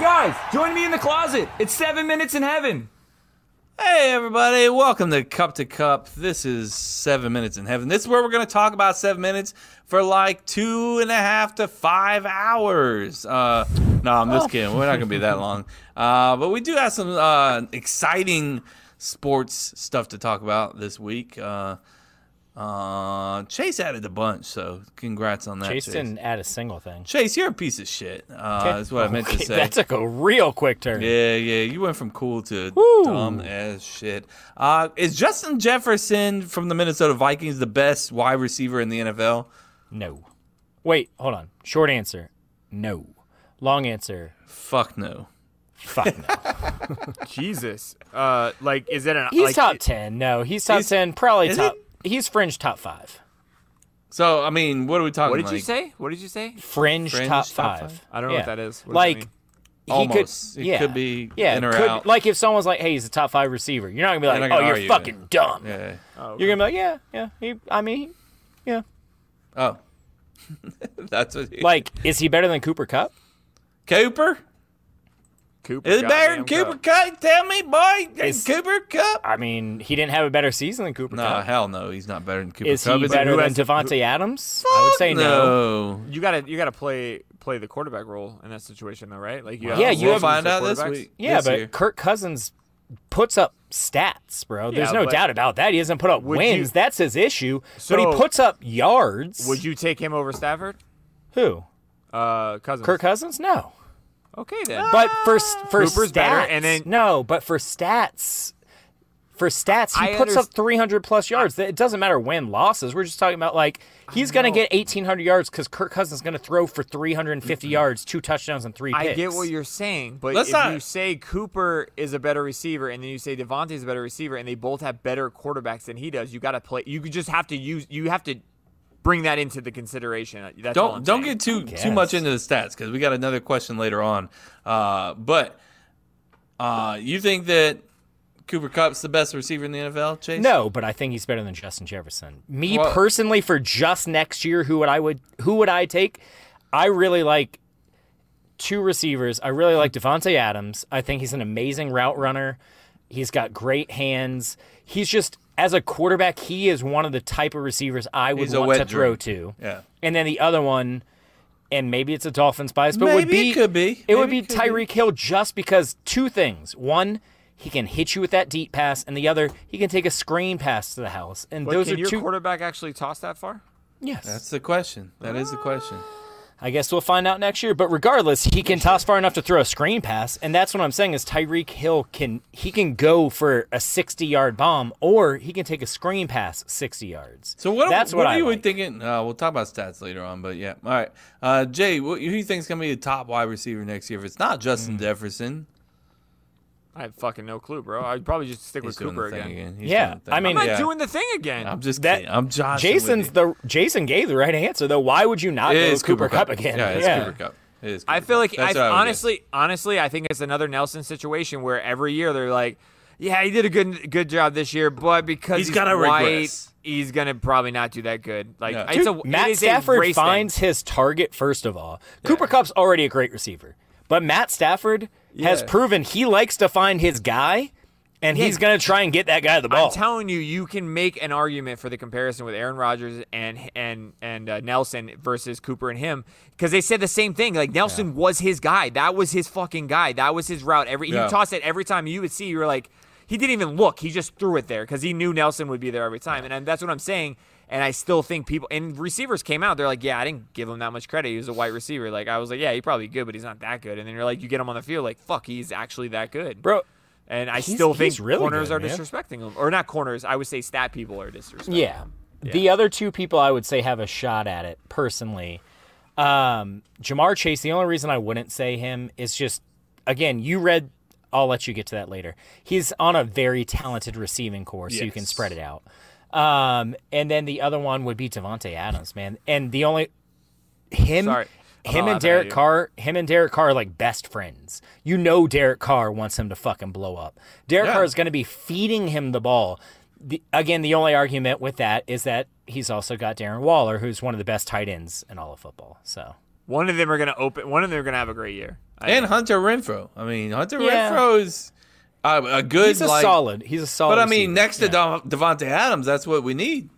guys, join me in the closet. It's seven minutes in heaven. Hey, everybody, welcome to Cup to Cup. This is Seven Minutes in Heaven. This is where we're going to talk about seven minutes for like two and a half to five hours. Uh, no, I'm Oh. just kidding. We're not going to be that long. Uh, but we do have some uh, exciting sports stuff to talk about this week. Uh, uh, Chase added a bunch, so congrats on that. Chase Chase, didn't add a single thing. Chase you're a piece of shit. Uh, That's what I meant to Okay, say. That took a real quick turn. Yeah, yeah, you went from cool to dumb as shit. Uh, is Justin Jefferson from the Minnesota Vikings the best wide receiver in the NFL? No. Wait, hold on. Short answer, no. Long answer, Fuck no. fuck no. Jesus. Uh, like, is it an? He's like, top ten. No, he's top He's- ten. Probably is top. He's fringe top five. So I mean, what are we talking? What did you like, say? What did you say? Fringe, Fringe top, top five. five? I don't know what that is. What does that like mean? he Almost. could. It yeah. could be Yeah. in or could- out. Like if someone's like, "Hey, he's a top five receiver," you're not gonna be not like, gonna "Oh, you're argue with fucking dumb." Yeah. You're gonna be like, "Yeah, yeah." He, I mean, yeah. Oh, that's what. You, Like, is he better than Cooper Cup? Cooper. Cooper. Is it better than goddamn Cooper Cup. Cup? Tell me, boy. Is Is- Cooper Cup? I mean, he didn't have a better season than Cooper No, Cup. hell no. He's not better than Cooper Is Cup. he it? better who than has- Devonte Adams? I would say no. You gotta you gotta play play the quarterback role in that situation though, right? Like you. Yeah, have you We'll have- find the out this quarterbacks. week. Yeah, this but year. Kirk Cousins puts up stats, bro. There's Yeah, no but- doubt about that. He doesn't put up Would wins. you- That's his issue. but So- he puts up yards. Would you take him over Stafford? Who? Uh, Cousins. Kirk Ah. Cousins? No. Okay then. But for for Cooper's stats, better, and then- no. But for stats, for stats, he I puts underst- up 300 plus yards. it doesn't matter win losses. We're just talking about like he's going to know. get 1,800 yards because Kirk Cousins is going to throw for 350 yards, two touchdowns, and three. I picks. get what you're saying, but Let's if not- you say Cooper is a better receiver and then you say Devontae is a better receiver and they both have better quarterbacks than he does, you got to play. You just have to use. You have to bring that into the consideration. That's all I'm don't don't saying. get too too much into the stats because we got another question later on. Uh, but uh, you think that Cooper Cup's the best receiver in the NFL, Chase? No, but I think he's better than Justin Jefferson. Me Well- personally, for just next year, who would I would who would I take? I really like two receivers. I really like Devonte Adams. I think he's an amazing route runner. He's got great hands. He's just as a quarterback, he is one of the type of receivers I would He's a want wet to throw dream. to. Yeah. And then the other one, and maybe it's a Dolphins bias, but would Maybe be it could be. it would Maybe be it could Tyreek Hill just because two things. One, he can hit you with that deep pass, and the other, he can take a screen pass to the house. And But those can are your two. quarterback actually toss that far? yes, That's the question. That is the question. I guess we'll find out next year. But regardless, he can toss far enough to throw a screen pass, and that's what I'm saying is Tyreek Hill can he can go for a 60 yard bomb, or he can take a screen pass 60 yards. So what? that's what, I are you like. thinking? Uh, we'll talk about stats later on, but yeah. All right, uh, Jay, what, who do you think's gonna be the top wide receiver next year? If it's not Mm. Justin Jefferson, I have fucking no clue, bro. I'd probably just stick he's with doing Cooper the thing again. again. He's Yeah, doing the thing. I mean- I'm yeah. not doing the thing again. I'm just that- kidding. I'm joshing. with Jason's you. the Jason gave the right answer though. Why would you not It go is with Cooper, Cup again? Yeah, it's Cooper Cup. It is I Cooper feel Kupp. like That's I what I would guess. honestly, honestly, I think it's another Nelson situation where every year they're like, "Yeah, he did a good good job this year, but because He's he's, gotta white, regress. he's gonna probably not do that good." Like, Yeah. it's a, Dude, it Matt is a Stafford race thing. finds his target first of all. Cooper Cup's already a great receiver, but Matt Stafford has Yeah. proven he likes to find his guy, and he's going to try and get that guy the ball. I'm telling you, you can make an argument for the comparison with Aaron Rodgers and and and uh, Nelson versus Cooper and him because they said the same thing. Like Nelson was his guy. That was his fucking guy. That was his route. Every Yeah. he tossed it every time. You would see. You were like, he didn't even look. He just threw it there because he knew Nelson would be there every time. And I, that's what I'm saying. And I still think people and receivers came out. They're like, yeah, I didn't give him that much credit. He was a white receiver. Like I was like, yeah, he probably good, but he's not that good. And then you're like, you get him on the field, like, fuck, he's actually that good, Bro, and I He's- still think he's really corners good, are man. disrespecting him, or not corners. I would say stat people are disrespecting. yeah. The other two people I would say have a shot at it personally. Um, Jamar Chase, the only reason I wouldn't say him is just, again, you read, I'll let you get to that later. He's on a very talented receiving core, so you can Yes. spread it out. Um, and then the other one would be Devonte Adams, man. And the only him, Sorry. I'm him not laughing and at Derek you. Carr, him and Derek Carr are like best friends. You know, Derek Carr wants him to fucking blow up. Derek Yeah. Carr is going to be feeding him the ball. The, again, the only argument with that is that he's also got Darren Waller, who's one of the best tight ends in all of football. So One of them are gonna open. One of them are gonna have a great year. I and Hunter Renfro. I mean, Hunter Yeah. Renfro is a, a good, He's a like, solid. He's a solid. But I mean, receiver. next to Dev- Devonte Adams, that's what we need.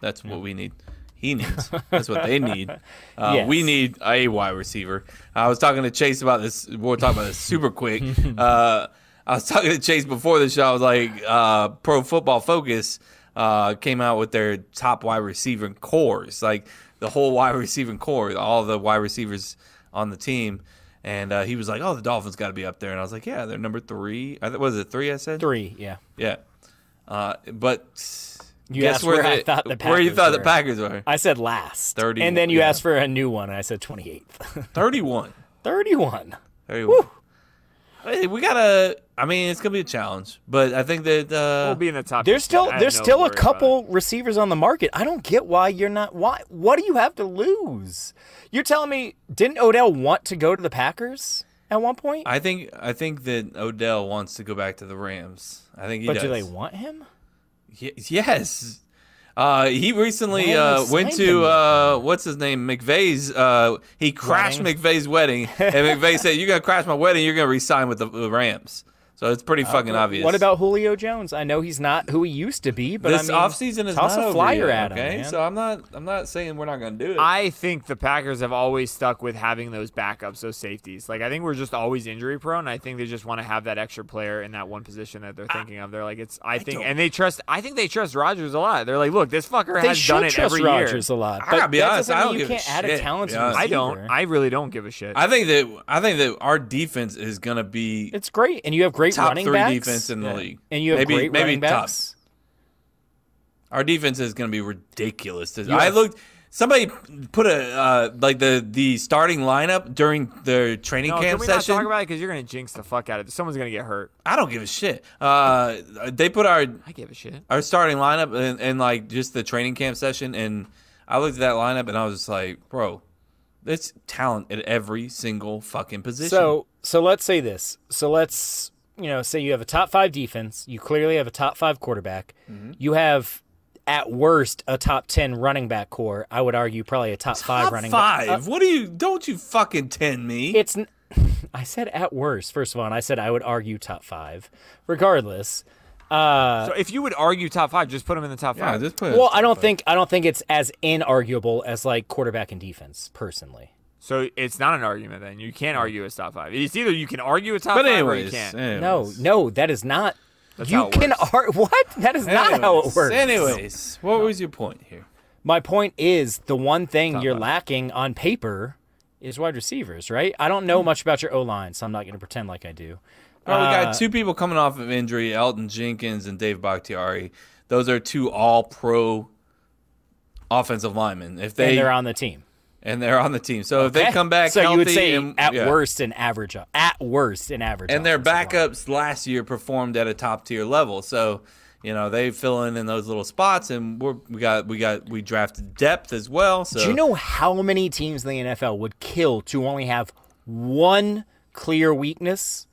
That's what we need. He needs. That's what they need. Uh, Yes. We need a wide receiver. I was talking to Chase about this. We'll talk about this super quick. Uh, I was talking to Chase before the show. I was like, uh, Pro Football Focus uh, came out with their top wide receiver cores, like the whole wide receiving core, all the wide receivers on the team. And uh, he was like, "Oh, the Dolphins got to be up there." And I was like, "Yeah, they're number three. I th- was it three? I said three. Yeah. yeah. Uh, but You guess asked where I the- thought the where you Packers thought the were. Packers were. I said last. 30, And then you yeah. asked for a new one, and I said 28th. 31. 31. 31. Hey, We gotta. I mean, it's gonna be a challenge, but I think that uh, We'll be in the top. There's 15. still I have there's no still worry a about it. couple receivers on the market. I don't get why you're not why what do you have to lose? You're telling me didn't Odell want to go to the Packers at one point? I think I think that Odell wants to go back to the Rams. I think he but does. do they want him? Ye- yes. Uh, he recently Why haven't uh, they went signed him to yet? uh, what's his name McVeigh's. Uh, he crashed Wedding? McVeigh's wedding, and McVeigh said, "You're gonna crash my wedding. You're gonna resign with the the Rams." So it's pretty fucking Uh, obvious. What about Julio Jones? I know he's not who he used to be, but this I mean, offseason is toss not a over flyer yet, at him. okay? man. So I'm not I'm not saying we're not going to do it. I think the Packers have always stuck with having those backups, those safeties. Like I think we're just always injury prone. I think they just want to have that extra player in that one position that they're thinking of. They're like, it's. I, think, don't- and they trust. I think they trust Rodgers a lot. They're like, look, this fucker they has done should it trust every Rodgers year. a lot. I but gotta be that honest, doesn't I mean don't you give a can't add shit, a to talented be honest. I don't. receiver. I really don't give a shit. I think that I think that our defense is going to be It's great, and you have great top running three backs, defense in the league. and you have maybe great maybe running top. backs. Our defense is going to be ridiculous. have- I looked somebody put a uh, like the the starting lineup during their training no, can camp we session. not talk about it? Because you're gonna jinx the fuck out of it. Someone's gonna get hurt. I don't give a shit. Uh, they put our I give a shit. our starting lineup and, and like just the training camp session and I looked at that lineup and I was just like, bro, there's talent at every single fucking position. So so let's say this. So let's you know say you have a top five defense. You clearly have a top five quarterback. Mm-hmm. You have at worst a top ten running back core. I would argue probably a top, five Top running back. five. what do you? Don't you fucking ten me? It's n- I said at worst first of all, and I said I would argue top five. Regardless, uh, So if you would argue top five, just put them in the top yeah, five. just put. well I don't think I don't think it's as inarguable as like quarterback and defense personally. So it's not an argument then. You can't argue it's top five. It's either you can argue it's top But five or you anyways, can't. anyways. No, no, that is not. That's you how it can works. ar- what? That is not how it Anyways, works. Anyways, what was your point here? My point is the one thing you're lacking on paper is wide receivers, right? I don't know Hmm. much about your O line, so I'm not going to pretend like I do. Well, we Uh, got two people coming off of injury: Elton Jenkins and Dave Bakhtiari. Those are two All-Pro offensive linemen. If they and they're on the team. and they're on the team, so if Okay? they come back, so you would healthy say and- at yeah. worst an average, at worst an average, and their offensive line. backups last year performed at a top tier level. So, you know, they fill in in those little spots, and we're, we got we got we drafted depth as well. So Do you know how many teams in the NFL would kill to only have one clear weakness?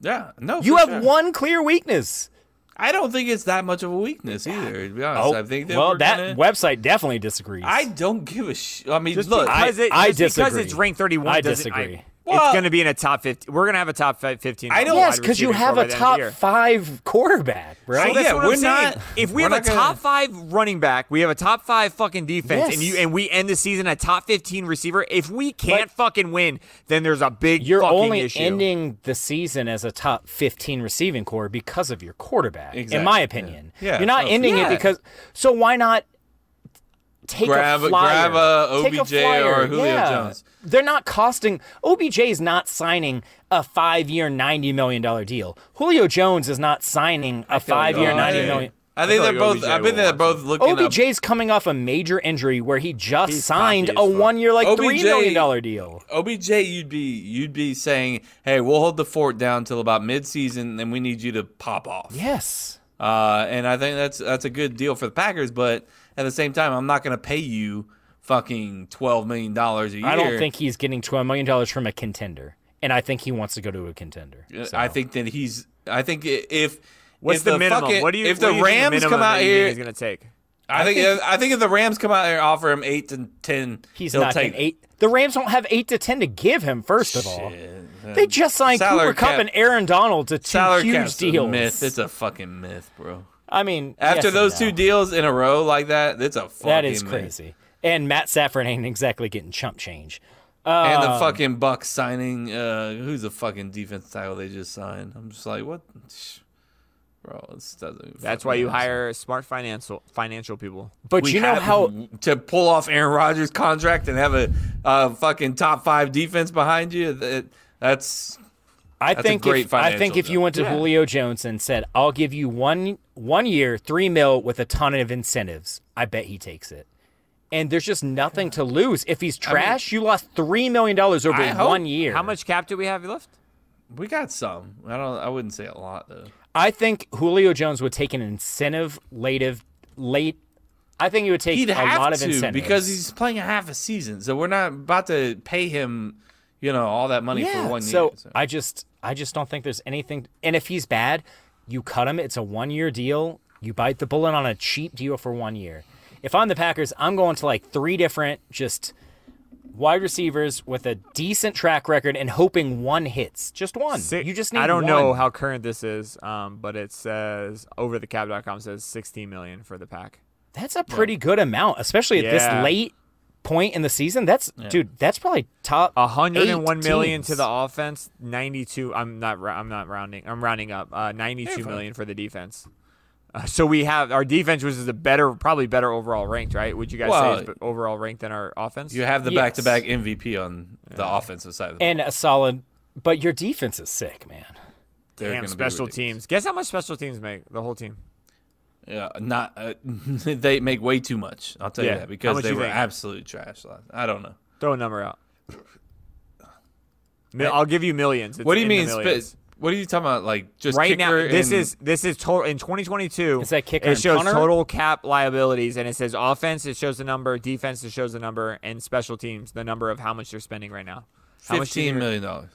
yeah, no, You for have sure. one clear weakness. I don't think it's that much of a weakness either. To be honest, I think that Oh, well, we're that gonna- website definitely disagrees. I don't give a sh. I mean, Just look, I, because, it, I just because disagree. it's ranked 31 I doesn't- disagree. Well- it's going to be in a top 50. We're going to have a top fi- 15. I don't- yes, because because you have a top five quarterback, So right? that's Yeah, what I'm we're saying. not- If we we're have a not gonna- top five running back, we have a top five fucking defense, and Yes. you and we end the season a top fifteen receiver. If we can't fucking win, then there's a big You're fucking only issue. ending the season as a top 15 receiving core because of your quarterback, in Exactly, my yeah. opinion. Yeah, You're not so- ending Yeah. it because. So why not take Grab a a- flyer? grab a Take OBJ flyer, or Julio yeah. Jones. They're not costing. OBJ's not signing a five year, $90 million deal. Julio Jones is not signing a five year, I- $90 million. I think I feel they're like both. OBJ I think will they're want both looking. up- OBJ's coming off a major injury where he just He's signed cocky a as fuck. one year, like $3 OBJ million dollar deal. OBJ, you'd be you'd be saying, "Hey, we'll hold the fort down till about midseason, and we need you to pop off." Yes. Uh, and I think that's that's a good deal for the Packers, but at the same time, I'm not going to pay you fucking twelve million dollars a year. I don't think he's getting $12 million from a contender. And I think he wants to go to a contender. So. Uh, I think that he's. I think i- if What's if the, minimum? fucking- what do you? if what do the you think the Rams minimum come out that you think here, he's going to take. I, think, think- I think if the Rams come out there and offer him eight to ten, He's he'll not take getting eight. The Rams don't have eight to ten to give him. First of all, they just signed Salary Cooper Cup cap- and Aaron Donald to two Salary huge cap's a deals. myth. It's a fucking myth, bro. I mean, yes After and those no. two deals in a row like that, it's a fucking that is myth. crazy. And Matt Saffron ain't exactly getting chump change. Uh, And Um, the fucking Bucks signing, uh, who's the fucking defense tackle they just signed? I'm just like, what, Shh. bro? This doesn't. That's fucking why you make hire smart financial financial people. But We you know have how to pull off Aaron Rodgers' contract and have a, uh fucking top five defense behind you. That, that's I That's a think great if, I think financial if you went to deal. Yeah. Julio Jones and said, "I'll give you one one year, three mil with a ton of incentives," I bet he takes it. And there's just nothing to lose if he's trash. you lost three million dollars over I hope- one year. How much cap do we have left? we got some. I don't. I wouldn't say a lot though. I think Julio Jones would take an incentive late. late I think he would take He'd a have lot of to incentives because he's playing a half a season, so we're not about to pay him, you know, all that money for one so year. I just I just don't think there's anything. And if he's bad, you cut him. It's a one year deal. You bite the bullet on a cheap deal for one year. If I'm the Packers, I'm going to like three different just wide receivers with a decent track record and hoping one hits. Just one. Six, you just need. I don't one. know how current this is, um, but it says overthecab.com says 16 million for the pack. That's a pretty good amount, especially at Yeah. this late point in the season. That's dude. That's probably top. A hundred and one eight million to teams. the offense, 92 I'm not ra- I'm not rounding. I'm rounding up. Uh, 92 million for the defense. Uh, so we have our defense which is a better probably better overall ranked, right? Would you guys Well- say it's b- overall ranked than our offense? you have the Yes. back-to-back MVP on the offensive side. Of the and a solid. But your defense is sick, man. They're Damn gonna be special ridiculous. teams. Guess how much special teams make the whole team? Yeah, not uh, they make way too much. I'll tell Yeah. you How that because much they you were think? absolute trash. Last, I don't know. Throw a number out. Mil- I'll give you millions. It's What do you in the mean? millions. Sp- what are you talking about? Like just right now kicker this and- is this is total in 2022 Is that kicker it and shows punter? total cap liabilities and it says offense it shows the number defense it shows the number and special teams the number of how much they're spending right now how much do you fifteen think- million dollars.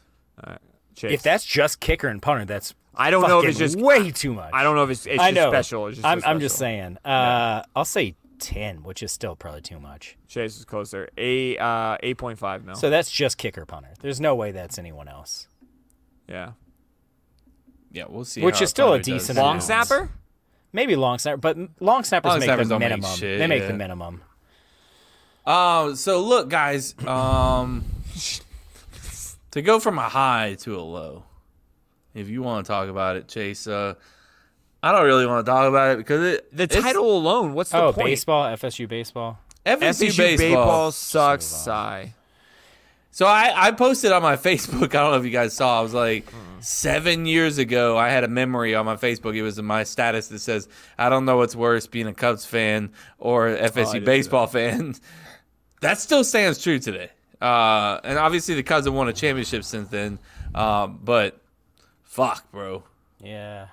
Chase? If that's just kicker and punter, that's I don't know if fucking it's just- way too much. i don't know if it's, it's I just know. special it's just so I'm, I'm just special. saying. Uh, I'll say ten, which is still probably too much. chase is closer a uh 8.5 mil So that's just kicker punter. There's no way that's anyone else. yeah Yeah, we'll see. Which how is still a Thunder does. decent long amount. snapper Maybe long snapper, but m- long snappers Long make snappers the don't make minimum. shit, they make yeah. the minimum. Um, so look, guys, um, to go from a high to a low, if you want to talk about it, Chase. Uh, I don't really want to talk about it because it the it's- title alone what's the Oh, point baseball, FSU baseball. FSU, SCU baseball. baseball sucks sigh So I, I posted on my Facebook. I don't know if you guys saw. I was like, seven years ago, I had a memory on my Facebook. It was in my status that says, "I don't know what's worse, being a Cubs fan or a Oh, I did FSU see baseball fan." that still stands true today. Uh, and obviously, the Cubs have won a championship since then. Um, but fuck, bro. Yeah.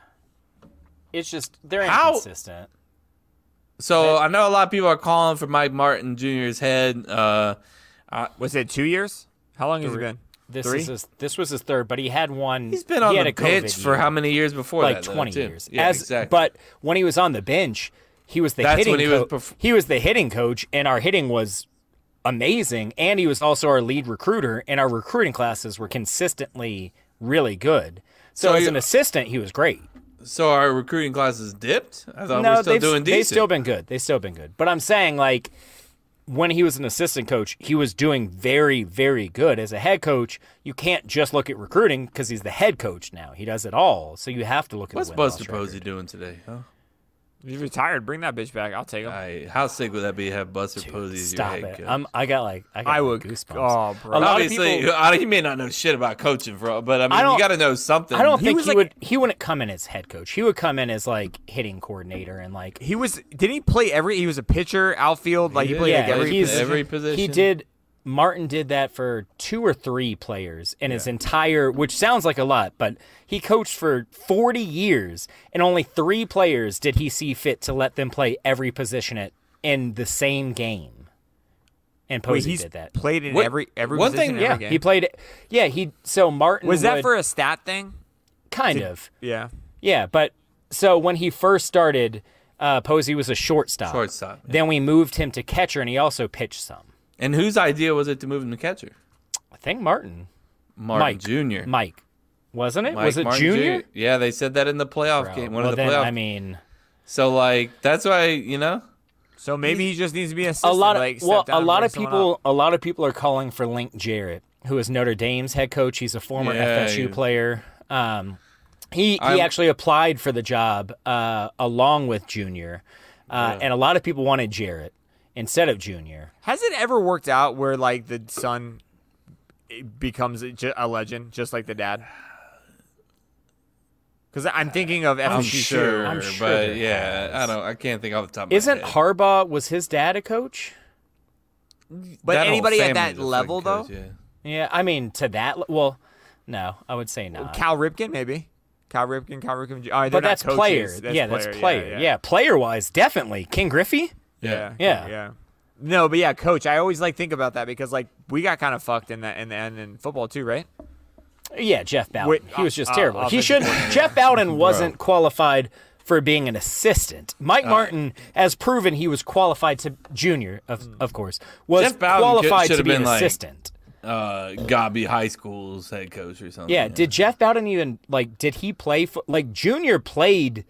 It's just they're How- inconsistent. So I know a lot of people are calling for Mike Martin Jr.'s head. Uh, was it two years how long has it been This Three? is his, this was his third, but he had one. he's been on he had the a COVID bench for year. how many years before like that? though, 20 too? years. Yeah, As exactly. but when he was on the bench, he was the That's hitting when he was coach. perf- he was the hitting coach and our hitting was amazing and he was also our lead recruiter and our recruiting classes were consistently really good. So, So as you- an assistant, he was great. So our recruiting classes dipped. I thought no, Uh, we're still they've, doing decent. they've still been good. They've still been good. But I'm saying like when he was an assistant coach, he was doing very, very good. As a head coach, you can't just look at recruiting because he's the head coach now. He does it all. So you have to look at What's the win-loss Buster record. Posey doing today? Huh? He's retired. Bring that bitch back. I'll take him. I, how sick would that be? to Have Buster Posey as your Stop head it! coach? I'm, I got like I, got I like would. goosebumps. Oh, bro. A lot of Obviously, people. I- you may not know shit about coaching, bro, but I mean, I don't- you got to know something. I don't think was he like- would. He wouldn't come in as head coach. He would come in as like hitting coordinator and like He was didn't he play every he was a pitcher, outfield, like he, did. played Yeah, like every he's- position? every position. He did. Martin did that for two or three players in his entire, which sounds like a lot, but he coached for 40 years, and only three players did he see fit to let them play every position at, in the same game. And Wait, Posey he's did that. played in What- every every one position thing- in every Yeah, game. he played. Yeah, he. So Martin was that would- for a stat thing? kind of. Yeah. Yeah, but so when he first started, uh, Posey was a shortstop. Shortstop, yeah. Then we moved him to catcher, and he also pitched some. And whose idea was it to move him to catcher? I think Martin, Martin Mike Jr. Mike, wasn't it? Mike was it Martin Junior? Jr. Yeah, they said that in the playoff Bro, game. One well, of the then, playoff. I mean, so like that's why you know. So maybe he just needs to be assistant. a lot of like, step well, down a and lot bring of someone people, up. a lot of people are calling for Link Jarrett, who is Notre Dame's head coach. He's a former Yeah, FSU he- player. Um, he he I'm- actually applied for the job uh, along with Junior, uh, and a lot of people wanted Jarrett instead of Junior. Has it ever worked out where like the son eh, becomes a ju- a legend, just like the dad? Because I'm thinking of FSU. I'm too. sure, I'm sure there but yeah, I don't. I can't think off the top. of my Isn't head. Harbaugh was his dad a coach? But That whole anybody at family's a that fucking level though, coach, yeah. Yeah, I mean to that. le- Well, no, I would say not. Cal Ripken maybe. Cal Ripken, Cal Ripken. Jr. All right, they're but not that's coaches. player. That's yeah, player. that's player. Yeah, player wise, definitely King Griffey. Yeah. Yeah. Yeah. No, but yeah, coach. I always like think about that because like we got kind of fucked in that in the end in football too, right? Yeah, Jeff Bowden. Wait, he was just uh, terrible. uh, he offensive should. Jeff Bowden wasn't qualified for being an assistant. Mike Uh. Martin, as proven, he was qualified to junior of Mm. of course was Jeff Bowden could- qualified should to have be an been, like- assistant. uh Gobby High School's head coach or something. Yeah, Did Jeff Bowden even like? Did he play for like junior played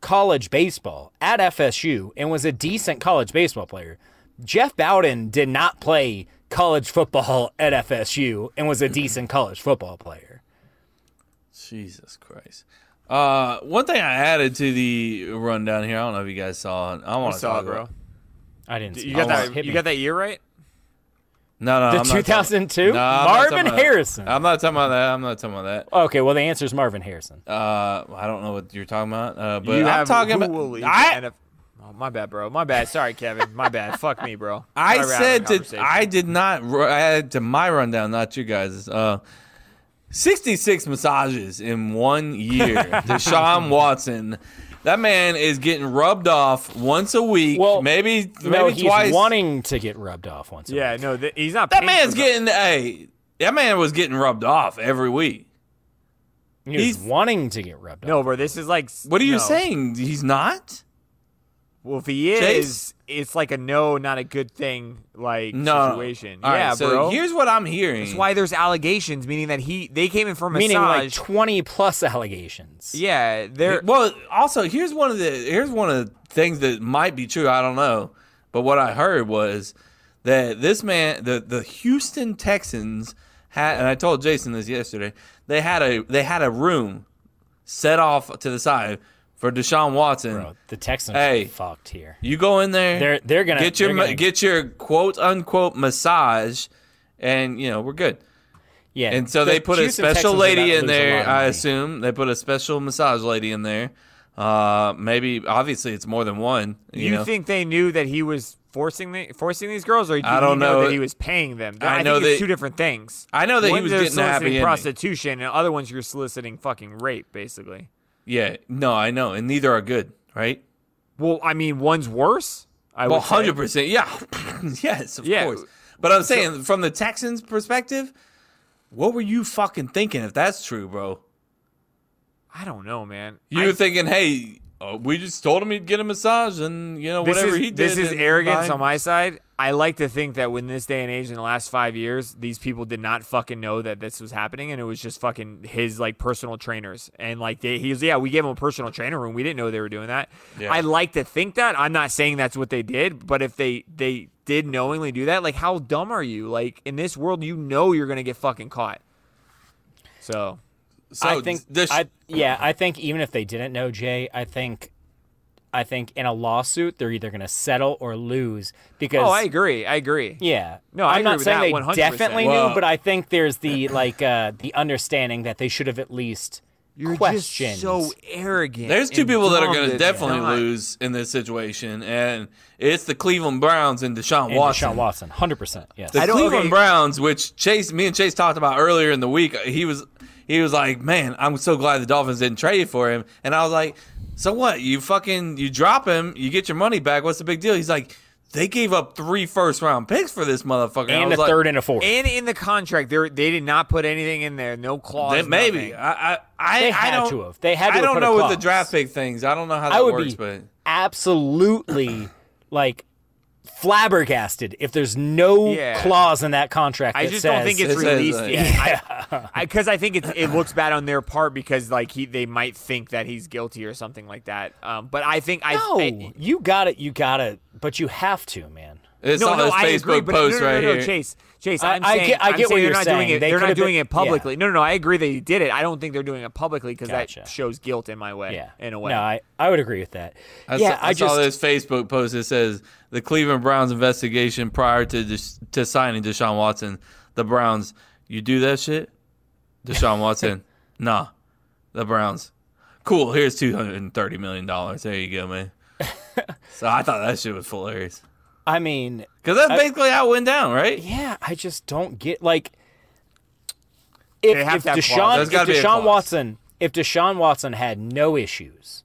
college baseball at FSU and was a decent college baseball player? Jeff Bowden did not play college football at FSU and was a decent college football player. Jesus Christ. Uh, one thing I added to the rundown here, I don't know if you guys saw it. I want to saw talk it, bro. about- I didn't. see You got it. that? Hit You me. got that year right? No, no, The I'm not talking- 2002? No, I'm not Marvin talking about that. Harrison. I'm not talking about that. I'm not talking about Okay, well the answer is Marvin Harrison. that. Uh, I don't know what you're talking about. Uh, but you I'm have talking who about. will lead I, the NF Oh, my bad, bro. My bad. Sorry, Kevin. My bad. Fuck me, bro. I Sorry we're having a said to conversation. I did not ru- add to my rundown, not you guys. Uh, Sixty-six massages in one year. Deshaun Watson, that man is getting rubbed off once a week, Well, maybe maybe no, he's twice. wanting to get rubbed off once. a Yeah, no, th- he's not. that paying man's for getting hey, that man was getting rubbed off every week. week. he's, he's- wanting to get rubbed No, off. bro. This is like. s- What are you no. saying? He's not. Well, if he is, Chase? it's like a no, not a good thing, like No situation. All right, yeah, so bro. Here's what I'm hearing. That's why there's allegations, meaning that he they came in for a massage. meaning like twenty plus allegations. yeah, they're Well, also here's one of the here's one of the things that might be true. I don't know, but what I heard was that this man, the the Houston Texans had, and I told Jason this yesterday. They had a they had a room set off to the side for Deshaun Watson. Bro, the Texans Hey. are fucked here. You go in there. They're- they're gonna- get your they're ma- gonna- get your quote unquote massage, and you know we're good. Yeah, And so the they put a Houston special Texans are lady about to in lose a lot there, of I money. assume. They put a special massage lady in there. Uh, maybe obviously it's more than one. You, you know? think they knew that he was forcing the, forcing these girls, or did I he don't know. that he was paying them? I think know it's that- two different things. I know that he One's was they're getting a happy soliciting ending. prostitution, and other ones you're soliciting fucking rape, basically. Yeah, no, I know, and neither are good, right? Well, I mean, one's worse. I Well, would say. hundred percent, yeah, yes, of Yeah. course. But I'm saying from the Texans' perspective, what were you fucking thinking if that's true, bro? I don't know, man. You I- were thinking, hey, uh, we just told him he'd get a massage, and you know this whatever is, he did. This is and arrogance fine. on my side. I like to think that in this day and age, in the last five years, these people did not fucking know that this was happening, and it was just fucking his like personal trainers, and like they, he was yeah, we gave him a personal trainer room. We didn't know they were doing that. Yeah. I like to think that. I'm not saying that's what they did, but if they they did knowingly do that, like how dumb are you? Like in this world, you know you're gonna get fucking caught. So So I think this, I, yeah, I think even if they didn't know Jay, I think I think in a lawsuit they're either going to settle or lose because oh, I agree. I agree. yeah. No, I I'm agree not with saying that they 100%. definitely Well- knew, but I think there's the like uh the understanding that they should have at least You're questioned. just so arrogant. There's two and people that are dumb going to definitely not- lose in this situation, and it's the Cleveland Browns and Deshaun and Watson. Deshaun Watson, hundred percent. Yes. The I don't- Cleveland okay. Browns, which Chase, me and Chase talked about earlier in the week, he was he was like, "Man, I'm so glad the Dolphins didn't trade for him." And I was like, "So what? You fucking you drop him, you get your money back. What's the big deal?" He's like, "They gave up three first round picks for this motherfucker." I and a was like, third and a fourth. And in the contract, they they did not put anything in there. No clause. Then maybe nothing. I I I, They I had don't to have. They had to I have don't put a know what the clause. draft pick things. I don't know how that I would works, be but absolutely like flabbergasted if there's no Yeah. clause in that contract. I that just says, don't think it's It says, released uh, yet. Because I, think it's, it looks bad on their part because like he they might think that he's guilty or something like that. Um, but I think I, No, I you got it. You got it. But you have to, man. It's no, on no, his I Facebook agree, but post no, no, no, right no, here. Chase, Chase, I- I'm I saying, get- I I'm get what saying you're they're not saying. doing it. They They are could've not doing been- it publicly. No, no, no. I agree they did it. I don't think they're doing it publicly because Gotcha. that shows guilt in my way, Yeah, in a way. No, I, I would agree with that. I yeah, saw, I, I just saw this Facebook post that says the Cleveland Browns investigation prior to Des- to signing Deshaun Watson. The Browns, you do that shit, Deshaun Watson. nah, the Browns. Cool. Here's two hundred and thirty million dollars. There you go, man. so I thought that shit was hilarious I mean, because that's basically how it went down, right? yeah, I just don't get like if, They have if to have clause. Deshaun There's if gotta be a Deshaun clause. Watson if Deshaun Watson had no issues,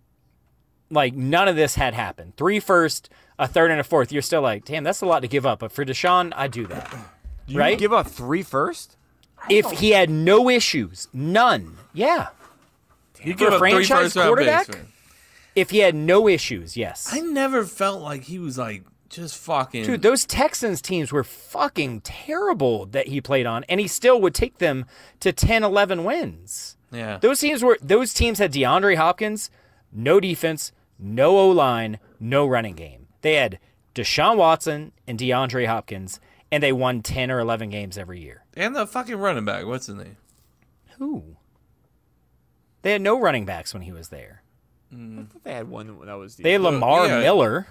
like none of this had happened. Three first, a third, and a fourth. You're still like, damn, that's a lot to give up. But for Deshaun, I do that. You right? give up three first? if he had no issues, none. Yeah. You For a franchise quarterback? man. If he had no issues, yes. I never felt like he was like just fucking. Dude, those Texans teams were fucking terrible that he played on, and he still would take them to 10, 11 wins. yeah. Those teams were those teams had DeAndre Hopkins, no defense, no O line, no running game. They had Deshaun Watson and DeAndre Hopkins, and they won ten or eleven games every year. and the fucking running back. What's his name? Who? They had no running backs when he was there. I thought they had one that was. They had Lamar yeah. Miller.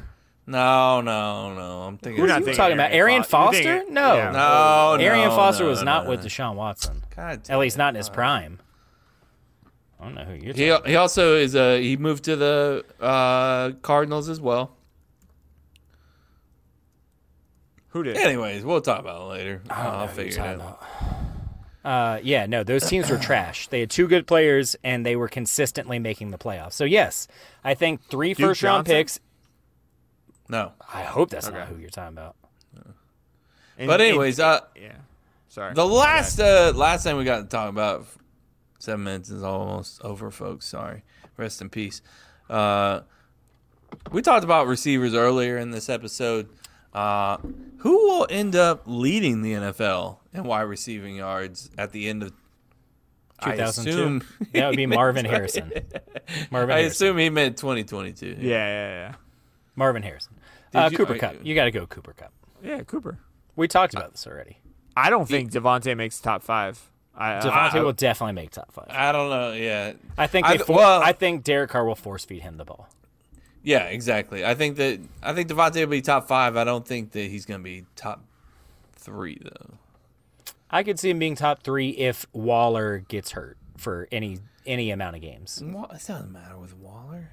No, no, no. I'm thinking. You're not Who are you thinking talking about? Arian Arian Fo- you're Foster? thinking- No. yeah. No, Oh, no. Arian Foster no, was no, not no. with Deshaun Watson. God damn At least it. Uh, not in his prime. I don't know who you're talking He, he also is uh he moved to the uh Cardinals as well. Who did? Anyways, we'll talk about it later. I'll who you're figure it talking out. Uh, yeah, no, those teams were trash. They had two good players, and they were consistently making the playoffs. So yes, I think three Duke round Johnson? picks. No, I hope that's not who you're talking about. And- but and- anyways, uh, yeah. Sorry. the last uh last thing we got to talk about. Seven minutes is almost over, folks. Sorry. Rest in peace. Uh, we talked about receivers earlier in this episode. Uh, who will end up leading the NFL in wide receiving yards at the end of I 2002. assume- That would be Marvin Harrison. Marvin I Harrison. assume he meant 2022. yeah, yeah, Marvin Harrison. Uh, you- Cooper I- Cup. You got to go Cooper Cup. yeah. Yeah, Cooper. We talked about this already. I don't think Devontae makes top five. I, I, Devontae will definitely make top five. I don't know. Yeah. I think they Uh, I- for- well- I think Derek Carr will force feed him the ball. Yeah, exactly. I think that I think Devontae will be top five. I don't think that he's going to be top three though. I could see him being top three if Waller gets hurt for any any amount of games. Wa- It doesn't matter with Waller.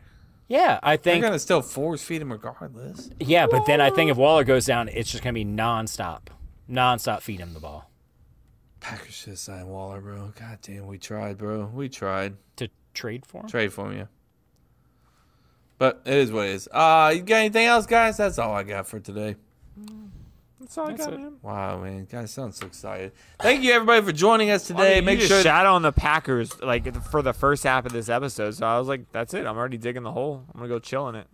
Yeah, I They're think. going to still force feed him regardless. Yeah, but then I think if Waller goes down, it's just gonna be nonstop, nonstop feed him the ball Packers should sign Waller, bro. God damn, we tried, bro. We tried. to trade for him. Trade for me. yeah. But it is what it is. Uh, you got anything else, guys? That's all I got for today. that's all I got, man. Wow, man. Guys, sounds so excited. Thank you, everybody, for joining us today. I mean, Make you sure. just shot on the Packers like for the first half of this episode. So I was like, that's it. I'm already digging the hole. I'm gonna go chill in it,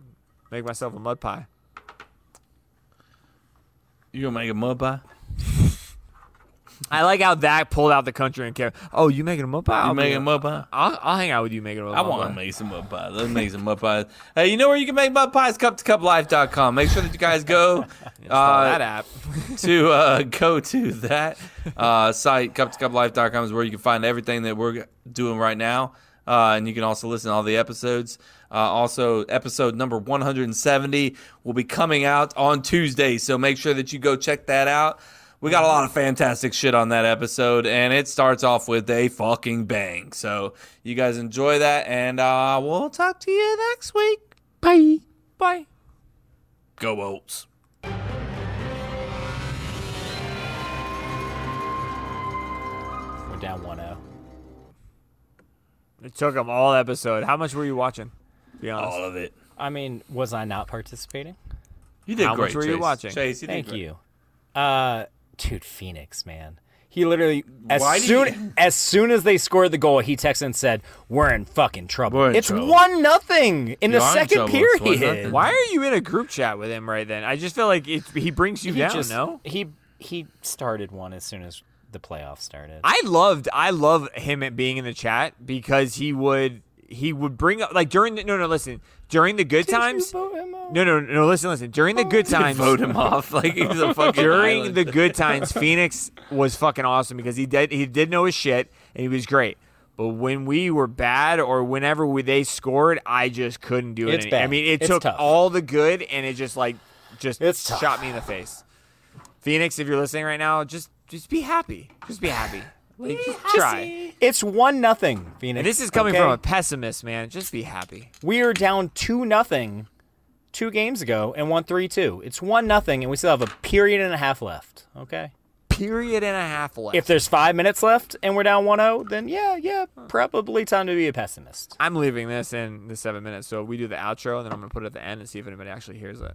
make myself a mud pie. you going to make a mud pie? I like how that pulled out the country and care. Oh, you making a mud pie? You I'll make be- a mud pie? I'll, I'll hang out with you making a mud I pie. want to make some mud pies. Let's make some mud pies. Hey, you know where you can make mud pies? Cup to cuplife.com. Make sure that you guys go Install uh, that app. to uh, go to that uh, site. Cup to cuplife.com is where you can find everything that we're doing right now. Uh, and you can also listen to all the episodes. Uh, also, episode number 170 will be coming out on Tuesday. So make sure that you go check that out. We got a lot of fantastic shit on that episode, and it starts off with a fucking bang. So you guys enjoy that, and uh, we'll talk to you next week. Bye. Bye. Go Olds. We're down oh. 1-0. It took them all episode. How much were you watching? Be honest. All of it. I mean, was I not participating? You did How great. much were you Chase. watching? Chase, you did Thank great. you, uh, dude. Phoenix, man, He literally as Why did soon he- as soon as they scored the goal, he texted and said, "We're in fucking trouble." We're in it's trouble. one nothing in You the are in second trouble. It's one period. nothing. Why are you in a group chat with him right then? I just feel like it, he brings you He down. just- no, he he started one as soon as the playoffs started. I loved I love him at being in the chat because he would he would bring up like during the no no listen during the good times no no no listen listen during the good times vote him off like he's a fucking during island. the good times, Phoenix was fucking awesome because he did he did know his shit and he was great. But when we were bad or whenever we, they scored, I just couldn't do it. It's any- I bad. mean, it It's took tough. all the good and it just like just It's tough. shot me in the face. Phoenix, if you're listening right now, just just be happy. Just be happy. Like, just try. It's one nothing, Phoenix. And this is coming okay? from a pessimist, man. Just be happy. we are down two nothing two games ago and won three two. It's one nothing and we still have a period and a half left. Okay. Period and a half left. If there's five minutes left and we're down 1-0, then yeah, yeah, probably time to be a pessimist. I'm leaving this in the seven minutes, so we do the outro, and then I'm gonna put it at the end and see if anybody actually hears it.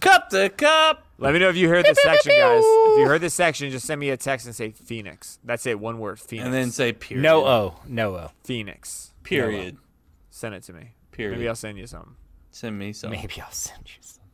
cup to cup. Let me know if you heard this section, guys. If you heard this section, just send me a text and say Phoenix. That's it, one word, Phoenix. And then say period. No O, no oh. O. Phoenix. uh, Period. Send it to me. Period. Maybe I'll send you something. Send me some. Maybe I'll send you some.